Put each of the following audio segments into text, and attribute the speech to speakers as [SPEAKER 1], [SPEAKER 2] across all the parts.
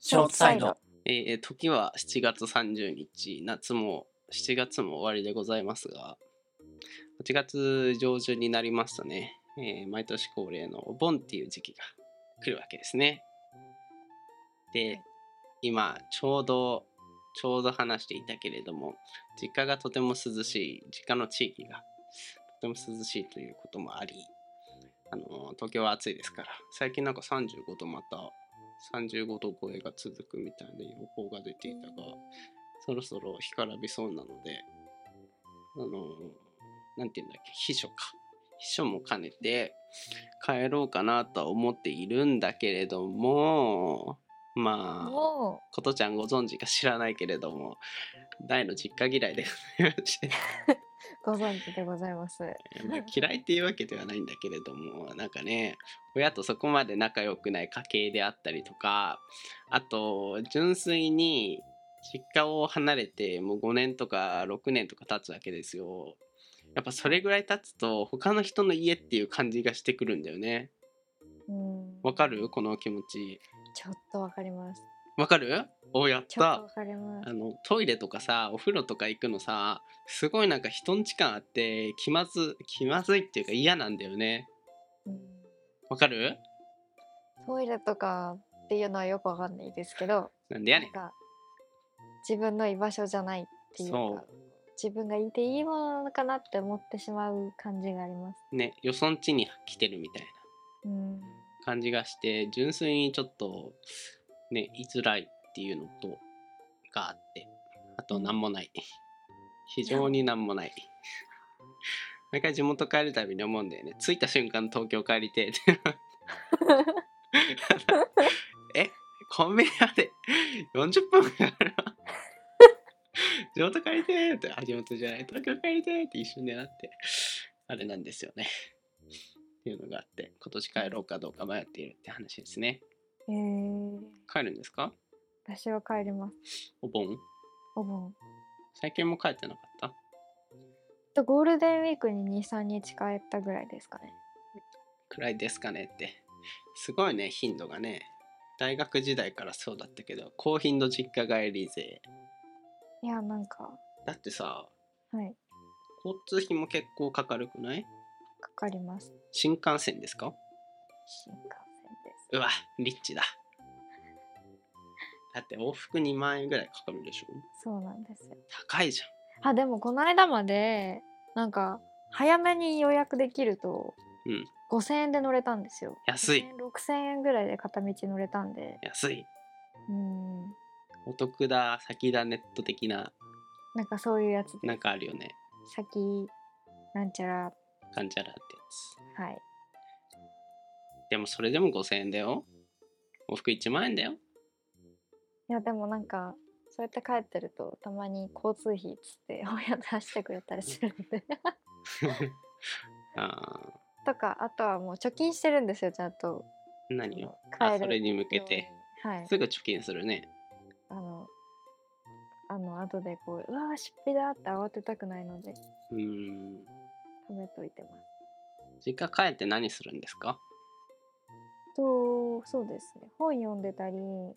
[SPEAKER 1] ショートサイド。
[SPEAKER 2] えー時は7月30日、夏も7月も終わりでございますが、8月上旬になりますとね、えー毎年恒例のお盆っていう時期が来るわけですね。で、今、ちょうど、ちょうど話していたけれども、実家がとても涼しい、実家の地域がとても涼しいということもあり、あのー東京は暑いですから、最近なんか35度また35度超えが続くみたいな予報が出ていたが、そろそろ干からびそうなので、あの、なんていうんだっけ、秘書か。秘書も兼ねて帰ろうかなとは思っているんだけれども、まあ、
[SPEAKER 1] も
[SPEAKER 2] ことちゃんご存知か知らないけれども、大の実家嫌いでございま
[SPEAKER 1] うご存知
[SPEAKER 2] して、
[SPEAKER 1] でございます。
[SPEAKER 2] まあ嫌いっていうわけではないんだけれどもなんかね親とそこまで仲良くない家系であったりとかあと純粋に実家を離れてもう5年とか6年とか経つわけですよやっぱそれぐらい経つと他の人の家っていう感じがしてくるんだよね
[SPEAKER 1] うん
[SPEAKER 2] わかるこの気持ち
[SPEAKER 1] ちょっとわかります。
[SPEAKER 2] わかるおやっ
[SPEAKER 1] ちょっと
[SPEAKER 2] た
[SPEAKER 1] わかります
[SPEAKER 2] あ。のトイレとかさお風呂とか行くのさすごいなんか人んち感あって気まず気まずいっていうか嫌なんだよね
[SPEAKER 1] うん
[SPEAKER 2] わかる
[SPEAKER 1] トイレとかっていうのはよくわかんないですけど、
[SPEAKER 2] なんでやね
[SPEAKER 1] なんん。か自分の居場所じゃないっていう
[SPEAKER 2] そ
[SPEAKER 1] か、自分がいていいものなのかなって思ってしまう感じがあります。
[SPEAKER 2] う。ね、よそんちに来てるみたいな
[SPEAKER 1] うん、
[SPEAKER 2] 感じがして、純粋にちょっと、ね、居づらいっていうのと、があって、あとなんもない。非常になんもない。 毎回地元帰るたびに思うんだよね。着いた瞬間東京帰りてえって。 えコンビニまで40分かかるの地元帰りてーってあ地元じゃない東京帰りてーって一瞬でなってあれなんですよねっていうのがあって今年帰ろうかどうか迷っているって話ですね
[SPEAKER 1] えー、
[SPEAKER 2] 帰るんですか
[SPEAKER 1] 私は帰ります。
[SPEAKER 2] お盆
[SPEAKER 1] お盆。
[SPEAKER 2] 最近も帰ってなかった
[SPEAKER 1] とゴールデンウィークに2、3日帰ったぐらいですかね。
[SPEAKER 2] くらいですかねってすごいね頻度がね大学時代からそうだったけど高頻度実家帰り勢
[SPEAKER 1] いや、なんか、
[SPEAKER 2] だってさ
[SPEAKER 1] はい、
[SPEAKER 2] 交通費も結構かかるくない
[SPEAKER 1] かかります。
[SPEAKER 2] 新幹線ですか
[SPEAKER 1] 新幹線
[SPEAKER 2] うわリッチだだって往復2万円ぐらいかかるでしょ
[SPEAKER 1] です。そうなんですよ。
[SPEAKER 2] 高いじゃん
[SPEAKER 1] あ、でもこの間まで、なんか、早めに予約できると、
[SPEAKER 2] うん
[SPEAKER 1] 5000円で乗れたんですよ。
[SPEAKER 2] 安い
[SPEAKER 1] 5000円6000円ぐらいで片道乗れたんで、
[SPEAKER 2] 安い
[SPEAKER 1] うん、
[SPEAKER 2] お得だ先だネット的な
[SPEAKER 1] なんかそういうやつで
[SPEAKER 2] なんかあるよね
[SPEAKER 1] す、先、なんちゃら、
[SPEAKER 2] なんちゃらってやつ
[SPEAKER 1] はい。
[SPEAKER 2] でもそれでも5000円だよ往復1万円だよ
[SPEAKER 1] いや、でもなんか、そうやって帰ってると、たまに交通費っつって、 親出してくれたりするんで。
[SPEAKER 2] ああ
[SPEAKER 1] とかあとはもう貯金してるんですよちゃんと
[SPEAKER 2] 何よ
[SPEAKER 1] あの
[SPEAKER 2] あ
[SPEAKER 1] 帰る
[SPEAKER 2] それに向けて
[SPEAKER 1] ようにはい
[SPEAKER 2] すぐ貯金するね
[SPEAKER 1] あのあの後でこううわー出費だって慌てたくないので
[SPEAKER 2] うーん
[SPEAKER 1] 貯めといてます
[SPEAKER 2] 実家帰って何するんですか
[SPEAKER 1] とそうですね本読んでたり
[SPEAKER 2] うん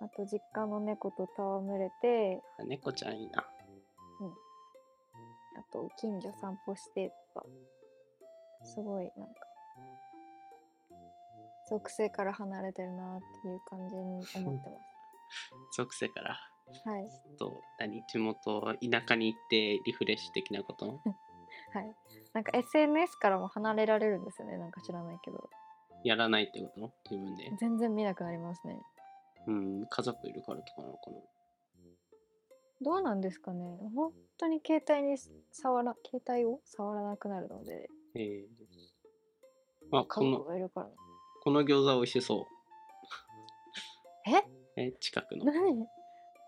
[SPEAKER 1] あと実家の猫と戯れて
[SPEAKER 2] 猫ちゃんいいな
[SPEAKER 1] あと近所散歩してとかすごいなんか属性から離れてるなっていう感じに思ってま
[SPEAKER 2] 属性から
[SPEAKER 1] すはい
[SPEAKER 2] ちょっと何地元田舎に行ってリフレッシュ的なこと
[SPEAKER 1] はいなんか SNS からも離れられるんですよねなんか知らないけど
[SPEAKER 2] やらないってこと自分で
[SPEAKER 1] 全然見なくなりますね
[SPEAKER 2] うん家族いるからとかなのかな
[SPEAKER 1] どうなんですかね本当に携帯に触ら携帯を触らなくなるので
[SPEAKER 2] ええまあ
[SPEAKER 1] 家族
[SPEAKER 2] この
[SPEAKER 1] がいるから
[SPEAKER 2] この餃子美味しそう
[SPEAKER 1] え
[SPEAKER 2] え近くの
[SPEAKER 1] 何
[SPEAKER 2] い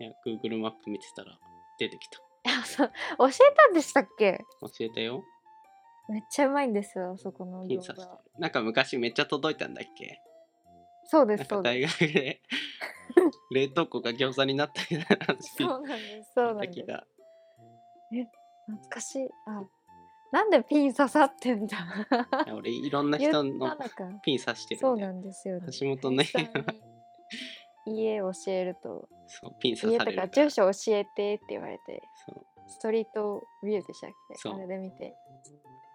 [SPEAKER 2] や Google マップ見てたら出てきた
[SPEAKER 1] あそう教えたんでしたっけ
[SPEAKER 2] 教えたよ
[SPEAKER 1] めっちゃうまいんですよあそこの
[SPEAKER 2] ピン
[SPEAKER 1] 餃
[SPEAKER 2] 刺して
[SPEAKER 1] 子
[SPEAKER 2] るなんか昔めっちゃ届いたんだっけ
[SPEAKER 1] そうで
[SPEAKER 2] な
[SPEAKER 1] す
[SPEAKER 2] ん
[SPEAKER 1] そ
[SPEAKER 2] か
[SPEAKER 1] うで
[SPEAKER 2] 大学で 冷凍庫が餃子になったみたいな
[SPEAKER 1] す
[SPEAKER 2] 話
[SPEAKER 1] そうなんですそうなんです
[SPEAKER 2] 聞いた気が
[SPEAKER 1] 懐かしいあなんでピン刺さってんだ
[SPEAKER 2] いや俺いろんな
[SPEAKER 1] 言った
[SPEAKER 2] 人
[SPEAKER 1] の
[SPEAKER 2] の
[SPEAKER 1] か
[SPEAKER 2] ピン刺してる
[SPEAKER 1] そうん
[SPEAKER 2] だ
[SPEAKER 1] な
[SPEAKER 2] よ
[SPEAKER 1] んですよね
[SPEAKER 2] 橋本の
[SPEAKER 1] 久々に家教えると
[SPEAKER 2] そうピン 刺
[SPEAKER 1] 家
[SPEAKER 2] さ
[SPEAKER 1] と
[SPEAKER 2] れる
[SPEAKER 1] か住所教えてって言われて
[SPEAKER 2] そう
[SPEAKER 1] ストリートビューでしたっけ
[SPEAKER 2] そう
[SPEAKER 1] あれで見て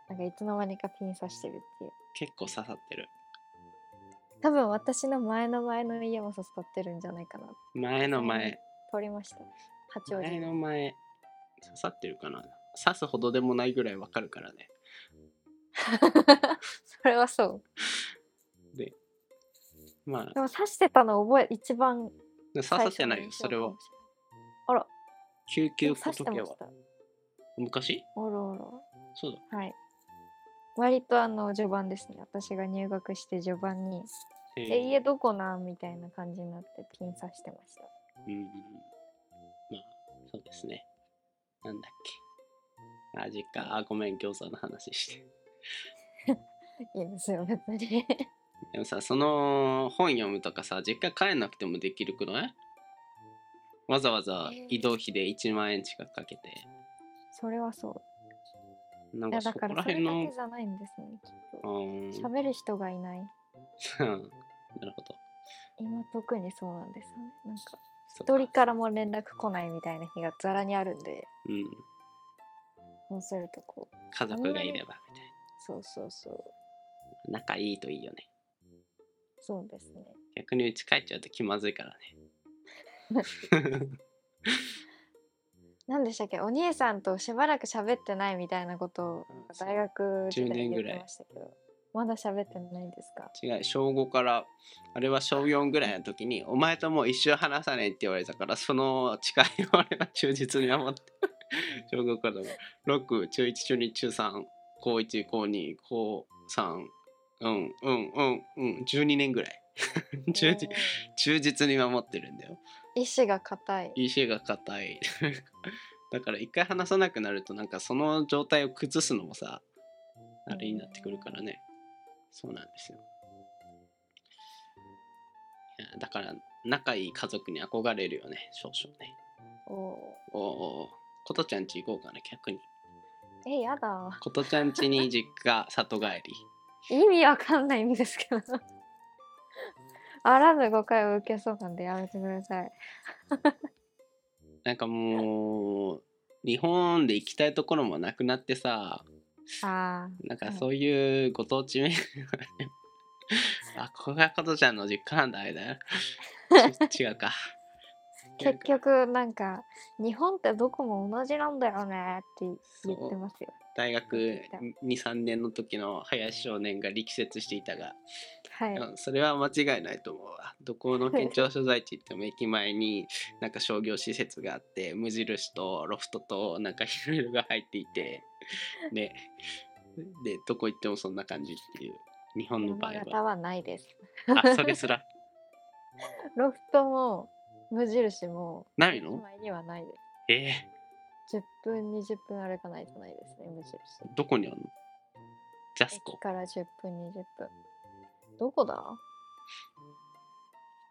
[SPEAKER 1] なんかいつの間にかピン刺してるっていう
[SPEAKER 2] 結構刺さってる
[SPEAKER 1] 多分私の前の前の家も刺さってるんじゃないかな
[SPEAKER 2] 前の
[SPEAKER 1] う
[SPEAKER 2] 前
[SPEAKER 1] ん通りました八王子
[SPEAKER 2] 前の前刺さってるかな刺すほどでもないぐらいわかるからね
[SPEAKER 1] それはそう
[SPEAKER 2] でまあ
[SPEAKER 1] でも刺してたの覚え一番
[SPEAKER 2] 刺
[SPEAKER 1] 最初
[SPEAKER 2] さってないよ
[SPEAKER 1] の印象
[SPEAKER 2] それは
[SPEAKER 1] かもしれないあら
[SPEAKER 2] 救
[SPEAKER 1] で
[SPEAKER 2] 急
[SPEAKER 1] も
[SPEAKER 2] ポ
[SPEAKER 1] 刺し
[SPEAKER 2] ト
[SPEAKER 1] て
[SPEAKER 2] ケ
[SPEAKER 1] ま
[SPEAKER 2] は
[SPEAKER 1] した
[SPEAKER 2] 昔
[SPEAKER 1] おろおろ
[SPEAKER 2] そうだ
[SPEAKER 1] はい。割とあの序盤ですね。私が入学して序盤に、
[SPEAKER 2] えー
[SPEAKER 1] え、家どこなんみたいな感じになってピン刺してました。
[SPEAKER 2] うんまあそうですねなんだっけあ実家あごめん餃子の話して
[SPEAKER 1] いいですよ、別に。
[SPEAKER 2] でもさその本読むとかさ実家帰んなくてもできるくないわざわざ
[SPEAKER 1] えー
[SPEAKER 2] 移動費で1万円近くかけて、
[SPEAKER 1] それはそう。
[SPEAKER 2] なん
[SPEAKER 1] いや
[SPEAKER 2] か
[SPEAKER 1] だ
[SPEAKER 2] そ
[SPEAKER 1] か
[SPEAKER 2] こ
[SPEAKER 1] ら
[SPEAKER 2] ら
[SPEAKER 1] それ
[SPEAKER 2] 辺
[SPEAKER 1] だ
[SPEAKER 2] の
[SPEAKER 1] けじゃないんですね、きっ
[SPEAKER 2] う
[SPEAKER 1] と。
[SPEAKER 2] ーん な
[SPEAKER 1] 喋る人がいない。
[SPEAKER 2] るほど
[SPEAKER 1] 今特にそうなんですよね。なんか、
[SPEAKER 2] そ
[SPEAKER 1] 一
[SPEAKER 2] う
[SPEAKER 1] 人からも連絡来ないみたいな日がざらにあるんで、
[SPEAKER 2] うん、
[SPEAKER 1] そうするとこう、
[SPEAKER 2] 家族がいればみたい
[SPEAKER 1] そうそうそう、
[SPEAKER 2] な仲いいといいよね
[SPEAKER 1] そうですね。
[SPEAKER 2] 逆にうち帰っちゃうと気まずいからね
[SPEAKER 1] なんでしたっけお兄さんとしばらく喋ってないみたいなことを
[SPEAKER 2] うんそう
[SPEAKER 1] 大学時
[SPEAKER 2] 10
[SPEAKER 1] 代
[SPEAKER 2] 年
[SPEAKER 1] に言っ
[SPEAKER 2] ぐらい
[SPEAKER 1] てましたけどまだ喋ってないんですか
[SPEAKER 2] 違う小5からあれは小4ぐらいの時に「お前ともう一生話さねえ」って言われたからその誓いを俺は忠実 に守って小5から6中1中2中3高1高2高3うんうんうんうん12年ぐらい 忠実
[SPEAKER 1] おー
[SPEAKER 2] 忠実に守ってるんだよ
[SPEAKER 1] 意志が固い
[SPEAKER 2] EC が硬い だから一回話さなくなるとなんかその状態を崩すのもさあれになってくるからねそうなんですよいやだから仲いい家族に憧れるよね少々ね
[SPEAKER 1] おー
[SPEAKER 2] おうおうことちゃん家行こうかな逆に
[SPEAKER 1] えやだ
[SPEAKER 2] ことちゃん家に実家里帰り
[SPEAKER 1] 意味わかんないんですけどあらぬ誤解を受けそうなんでやめてください
[SPEAKER 2] なんかもう日本で行きたいところもなくなってさ
[SPEAKER 1] あー
[SPEAKER 2] な
[SPEAKER 1] は
[SPEAKER 2] んか
[SPEAKER 1] い
[SPEAKER 2] そういうご当地名 あ、こがことちゃんの実家なんだみたい な。ち違うか。
[SPEAKER 1] 結局なんか日本ってどこも同じなんだよねって言ってますよ
[SPEAKER 2] 大学2、3年の時の林少年が力説していたが、
[SPEAKER 1] はい
[SPEAKER 2] うんそれは間違いないと思うわ。どこの県庁所在地行っても駅前になんか商業施設があって、無印とロフトとなんかいろいろが入っていて、ね。で、どこ行ってもそんな感じっていう。日本の場
[SPEAKER 1] 山
[SPEAKER 2] 合
[SPEAKER 1] 形はないです
[SPEAKER 2] は。あ、それすら。
[SPEAKER 1] ロフトも無印も
[SPEAKER 2] ない
[SPEAKER 1] 駅
[SPEAKER 2] の
[SPEAKER 1] 前にはないです
[SPEAKER 2] ええ
[SPEAKER 1] 10分20分歩かないとないですね無印
[SPEAKER 2] どこにあるのジャスコ
[SPEAKER 1] 駅。から10分20分どこだ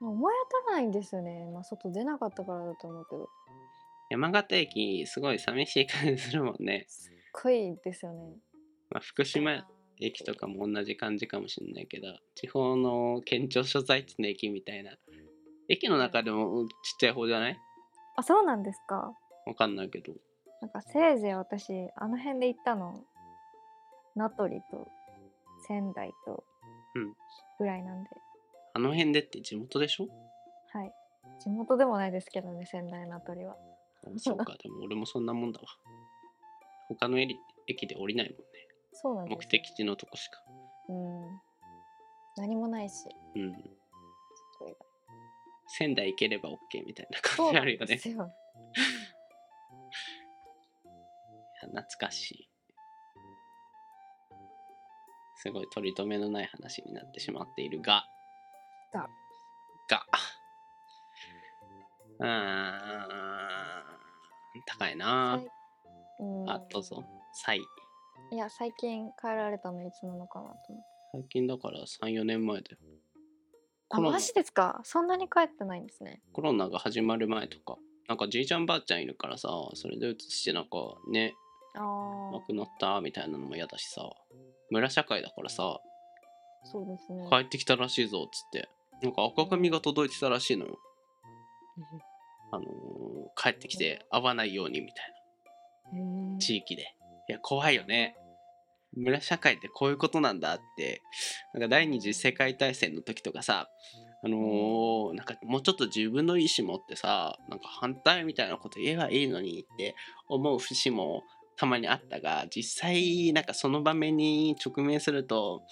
[SPEAKER 1] 思い当たらないんですよね、まあ、外出なかったからだと思うけど
[SPEAKER 2] 山形駅、すごい寂しい感じするもんね。
[SPEAKER 1] 恋ですよね
[SPEAKER 2] まあ、福島駅とかも同じ感じかもしれないけど、地方の県庁所在地の駅みたいな。駅の中でもうんちっちゃい方じゃない
[SPEAKER 1] あそうなんですか
[SPEAKER 2] わかんないけど。
[SPEAKER 1] なんかせいぜい私あの辺で行ったの名取と仙台と
[SPEAKER 2] うん
[SPEAKER 1] ぐらいなんで、
[SPEAKER 2] あの辺でって地元でしょ
[SPEAKER 1] はい地元でもないですけどね仙台名取は
[SPEAKER 2] あそう か、でも俺もそんなもんだわ。他のエリ駅で降りないもんね。
[SPEAKER 1] そうなんです
[SPEAKER 2] 目
[SPEAKER 1] よ
[SPEAKER 2] 的地のとこしか。
[SPEAKER 1] うん何もないし
[SPEAKER 2] うん。
[SPEAKER 1] それが
[SPEAKER 2] 仙台行ければ OK みたいな
[SPEAKER 1] そう
[SPEAKER 2] 感じ
[SPEAKER 1] な
[SPEAKER 2] ある
[SPEAKER 1] ん
[SPEAKER 2] よ
[SPEAKER 1] で
[SPEAKER 2] ね。
[SPEAKER 1] すよ。
[SPEAKER 2] 懐かしい。すごい取り留めのない話になってしまっているが。
[SPEAKER 1] が。
[SPEAKER 2] が。うーん。高いな
[SPEAKER 1] 最うん
[SPEAKER 2] あ、どうぞ。最。
[SPEAKER 1] いや最近帰られたのいつなのかなと思って
[SPEAKER 2] 最近だから3、4年前だよ。
[SPEAKER 1] あ
[SPEAKER 2] コロナ
[SPEAKER 1] マジですかそんなに帰ってないんですね
[SPEAKER 2] コロナが始まる前とか。なんかじいちゃんばあちゃんいるからさ、それで移してなんかね、
[SPEAKER 1] ああ
[SPEAKER 2] 亡くなったみたいなのも嫌だしさ。村社会だからさ、
[SPEAKER 1] そうですね
[SPEAKER 2] 帰ってきたらしいぞっつってなんか赤紙が届いてたらしいのよ。あのー帰ってきて会わないようにみたいな地域で。いや怖いよね。村社会ってこういうことなんだってなんか第二次世界大戦の時とかさあのーなんかもうちょっと自分の意思持ってさなんか反対みたいなこと言えばいいのにって思う節もたまにあったが実際なんかその場面に直面すると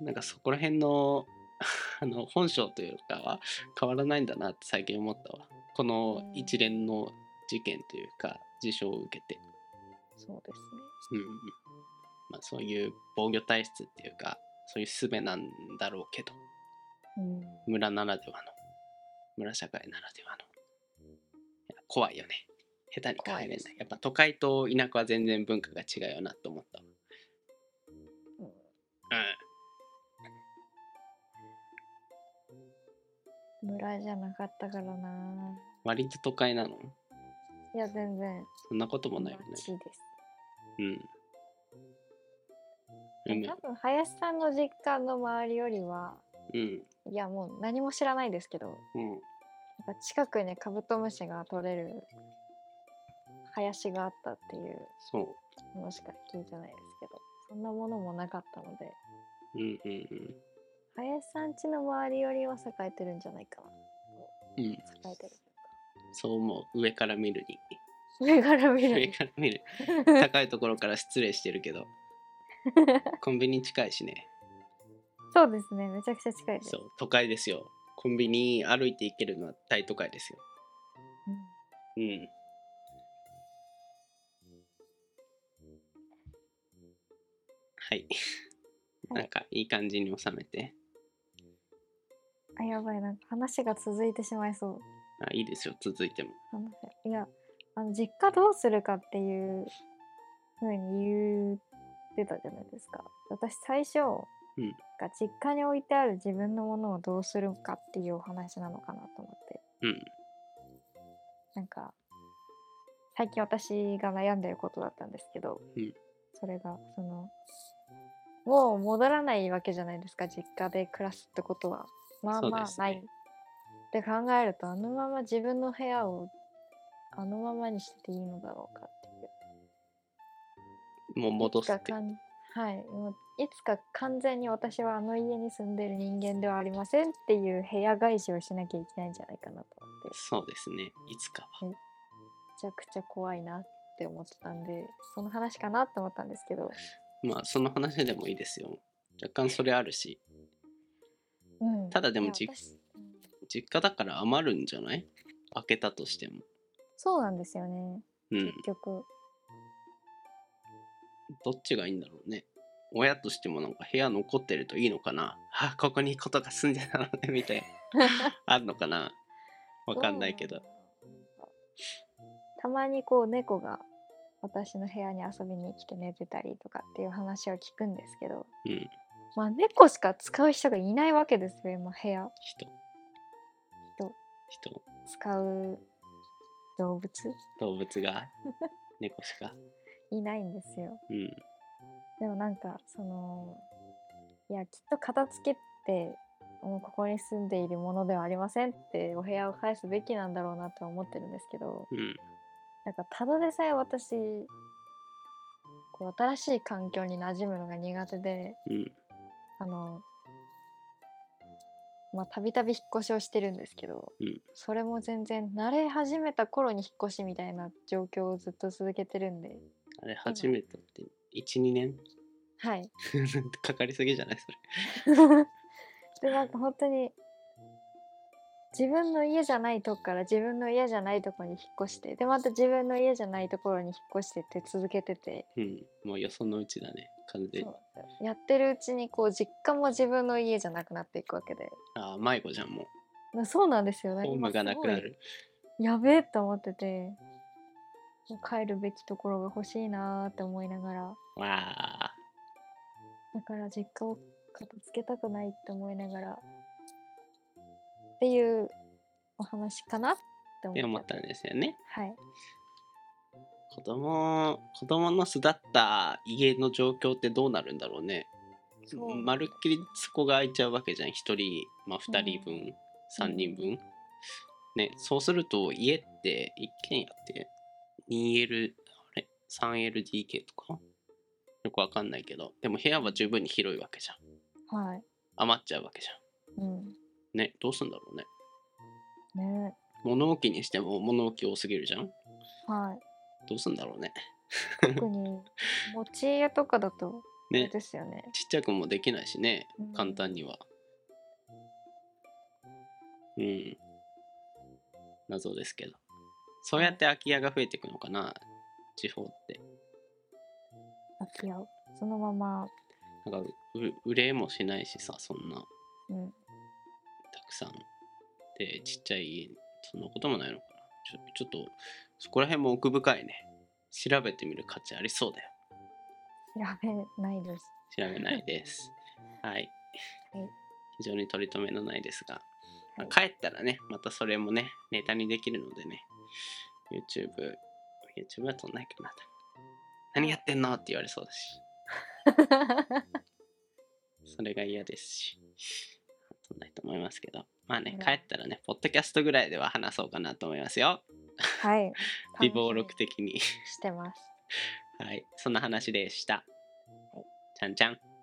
[SPEAKER 2] なんかそこら辺の あの本性というかは変わらないんだなって最近思ったわこの一連の事件というか事象を受けて、
[SPEAKER 1] そうですね。
[SPEAKER 2] うんまあ、そういう防御体質っていうかそういう術なんだろうけど
[SPEAKER 1] うん、
[SPEAKER 2] 村ならではの村社会ならではのいや怖いよね下手に帰れな
[SPEAKER 1] 怖
[SPEAKER 2] い
[SPEAKER 1] いです
[SPEAKER 2] やっぱ都会と田舎は全然文化が違うよなと思ったわ
[SPEAKER 1] うん村じゃなかったからな。
[SPEAKER 2] 割と都会なの
[SPEAKER 1] いや、全然。
[SPEAKER 2] そんなこともないよね
[SPEAKER 1] 街です。
[SPEAKER 2] う
[SPEAKER 1] 多分林さんの実家の周りよりは、
[SPEAKER 2] んうん
[SPEAKER 1] いや、もう何も知らないですけど、
[SPEAKER 2] うん
[SPEAKER 1] なんか近くにカブトムシが取れる林があったっていう
[SPEAKER 2] そう
[SPEAKER 1] のしか聞いてないですけど、そんなものもなかったので、
[SPEAKER 2] うんうんうん
[SPEAKER 1] 林さん家の周りよりは栄えてるんじゃないかな。
[SPEAKER 2] うん、
[SPEAKER 1] 栄えてる。
[SPEAKER 2] そう思う上から見るに
[SPEAKER 1] 上から見
[SPEAKER 2] 上
[SPEAKER 1] る。
[SPEAKER 2] から見 る高いところから失礼してるけ どコンビニ近いしね
[SPEAKER 1] そうですね、めちゃくちゃ近いです。
[SPEAKER 2] そう都会ですよコンビニ歩いて行けるのは大都会ですよ
[SPEAKER 1] うん
[SPEAKER 2] うんはい、
[SPEAKER 1] はい
[SPEAKER 2] なんかいい感じに収めて
[SPEAKER 1] あやばいなんか話が続いてしまいそう
[SPEAKER 2] あいいですよ続いても
[SPEAKER 1] 話いやあの実家どうするかっていうふうに言ってたじゃないですか私最初、
[SPEAKER 2] うん
[SPEAKER 1] が実家に置いてある自分のものをどうするかっていうお話なのかなと思って
[SPEAKER 2] うん
[SPEAKER 1] なんか最近私が悩んでることだったんですけど、
[SPEAKER 2] うん
[SPEAKER 1] それがそのもう戻らないわけじゃないですか実家で暮らすってことはまあ
[SPEAKER 2] そう
[SPEAKER 1] ま
[SPEAKER 2] で
[SPEAKER 1] あ
[SPEAKER 2] すね
[SPEAKER 1] ない、って考えるとあのまま自分の部屋をあのままにしてていいのだろうかっていう
[SPEAKER 2] もう戻す
[SPEAKER 1] い
[SPEAKER 2] っ
[SPEAKER 1] つ
[SPEAKER 2] て
[SPEAKER 1] かかんはいもういつか完全に私はあの家に住んでる人間ではありませんっていう部屋返しをしなきゃいけないんじゃないかなと思って
[SPEAKER 2] そうですねいつかは
[SPEAKER 1] めちゃくちゃ怖いなって思ってたんでその話かなって思ったんですけど、
[SPEAKER 2] まあその話でもいいですよ若干それあるし
[SPEAKER 1] うん
[SPEAKER 2] ただでも
[SPEAKER 1] いや
[SPEAKER 2] じ
[SPEAKER 1] 私うん
[SPEAKER 2] 実家だから余るんじゃない開けたとしても
[SPEAKER 1] そうなんですよね
[SPEAKER 2] うん
[SPEAKER 1] 結局、
[SPEAKER 2] どっちがいいんだろうね親としてもなんか部屋残ってるといいのかなあここにことが住んでたのねみたいなあるのかなわかんないけど
[SPEAKER 1] どうなんだろうたまにこう猫が私の部屋に遊びに来て寝てたりとかっていう話を聞くんですけど、
[SPEAKER 2] うん
[SPEAKER 1] まあ猫しか使う人がいないわけですよ今部屋
[SPEAKER 2] 人
[SPEAKER 1] 人
[SPEAKER 2] 人
[SPEAKER 1] 使う動物
[SPEAKER 2] 動物が猫しか
[SPEAKER 1] いないんですよ
[SPEAKER 2] うん
[SPEAKER 1] でもなんかそのいやきっと片付けってもうここに住んでいるものではありませんってお部屋を返すべきなんだろうなとは思ってるんですけど
[SPEAKER 2] うん
[SPEAKER 1] なんかただでさえ私こう新しい環境に馴染むのが苦手で
[SPEAKER 2] うん
[SPEAKER 1] あのまあたびたび引っ越しをしてるんですけど、
[SPEAKER 2] うん
[SPEAKER 1] それも全然慣れ始めた頃に引っ越しみたいな状況をずっと続けてるんで
[SPEAKER 2] あれ初めてって12年
[SPEAKER 1] はい
[SPEAKER 2] かかりすぎじゃないそれ
[SPEAKER 1] でなんか本当に自分の家じゃないとこから自分の家じゃないとこに引っ越してでまた自分の家じゃないところに引っ越してって続けてて
[SPEAKER 2] うんもうよそのうちだね完全に
[SPEAKER 1] そうやってるうちにこう実家も自分の家じゃなくなっていくわけで
[SPEAKER 2] ああ迷子じゃんも
[SPEAKER 1] なそうなんですよ
[SPEAKER 2] う
[SPEAKER 1] ね
[SPEAKER 2] ホームがなくなる
[SPEAKER 1] やべえと思っててもう帰るべきところが欲しいなーって思いながら
[SPEAKER 2] わあ
[SPEAKER 1] だから実家を片付けたくないって思いながらっていうお話かなって
[SPEAKER 2] って
[SPEAKER 1] 思
[SPEAKER 2] 思
[SPEAKER 1] っ
[SPEAKER 2] ったたんですよね
[SPEAKER 1] はい
[SPEAKER 2] 子供子供の巣立った家の状況ってどうなるんだろうね
[SPEAKER 1] そう
[SPEAKER 2] まるっきりそこが空いちゃうわけじゃん1人、まあ、2人分、
[SPEAKER 1] うん
[SPEAKER 2] 3人分、ねそうすると家って一軒家って 2L あれ 3LDK とかよくわかんないけどでも部屋は十分に広いわけじゃん
[SPEAKER 1] はい。
[SPEAKER 2] 余っちゃうわけじゃ
[SPEAKER 1] うん。
[SPEAKER 2] んねどうすんだろうね
[SPEAKER 1] ね。
[SPEAKER 2] 物置にしても物置多すぎるじゃん
[SPEAKER 1] はい。
[SPEAKER 2] どうすんだろうね
[SPEAKER 1] 特に持ち家とかだとあれ
[SPEAKER 2] ね
[SPEAKER 1] ですよね。
[SPEAKER 2] ちっちゃくもできないしね
[SPEAKER 1] うん
[SPEAKER 2] 簡単にはうん謎ですけどそうやって空き家が増えていくのかな地方って
[SPEAKER 1] 空き家をそのまま、
[SPEAKER 2] なんかうう売れもしないしさそんな
[SPEAKER 1] うん、
[SPEAKER 2] たくさんでちっちゃい家そんなこともないのかなちょちょっとそこら辺も奥深いね調べてみる価値ありそうだよ
[SPEAKER 1] 調べない です。
[SPEAKER 2] 調べないですはい、
[SPEAKER 1] はい
[SPEAKER 2] 非常に取り留めのないですがま
[SPEAKER 1] はい
[SPEAKER 2] あ、帰ったらね、またそれもね、ネタにできるのでね、YouTube、YouTube は撮んないかな。何やってんのって言われそうだし、それが嫌ですし、撮んないと思いますけど、まあ
[SPEAKER 1] う
[SPEAKER 2] ね、
[SPEAKER 1] ん
[SPEAKER 2] 帰ったらね、ポッドキャストぐらいでは話そうかなと思いますよ。
[SPEAKER 1] はい。
[SPEAKER 2] 微暴録的に。
[SPEAKER 1] してます。
[SPEAKER 2] はい、そんな話でした。ちゃんちゃん。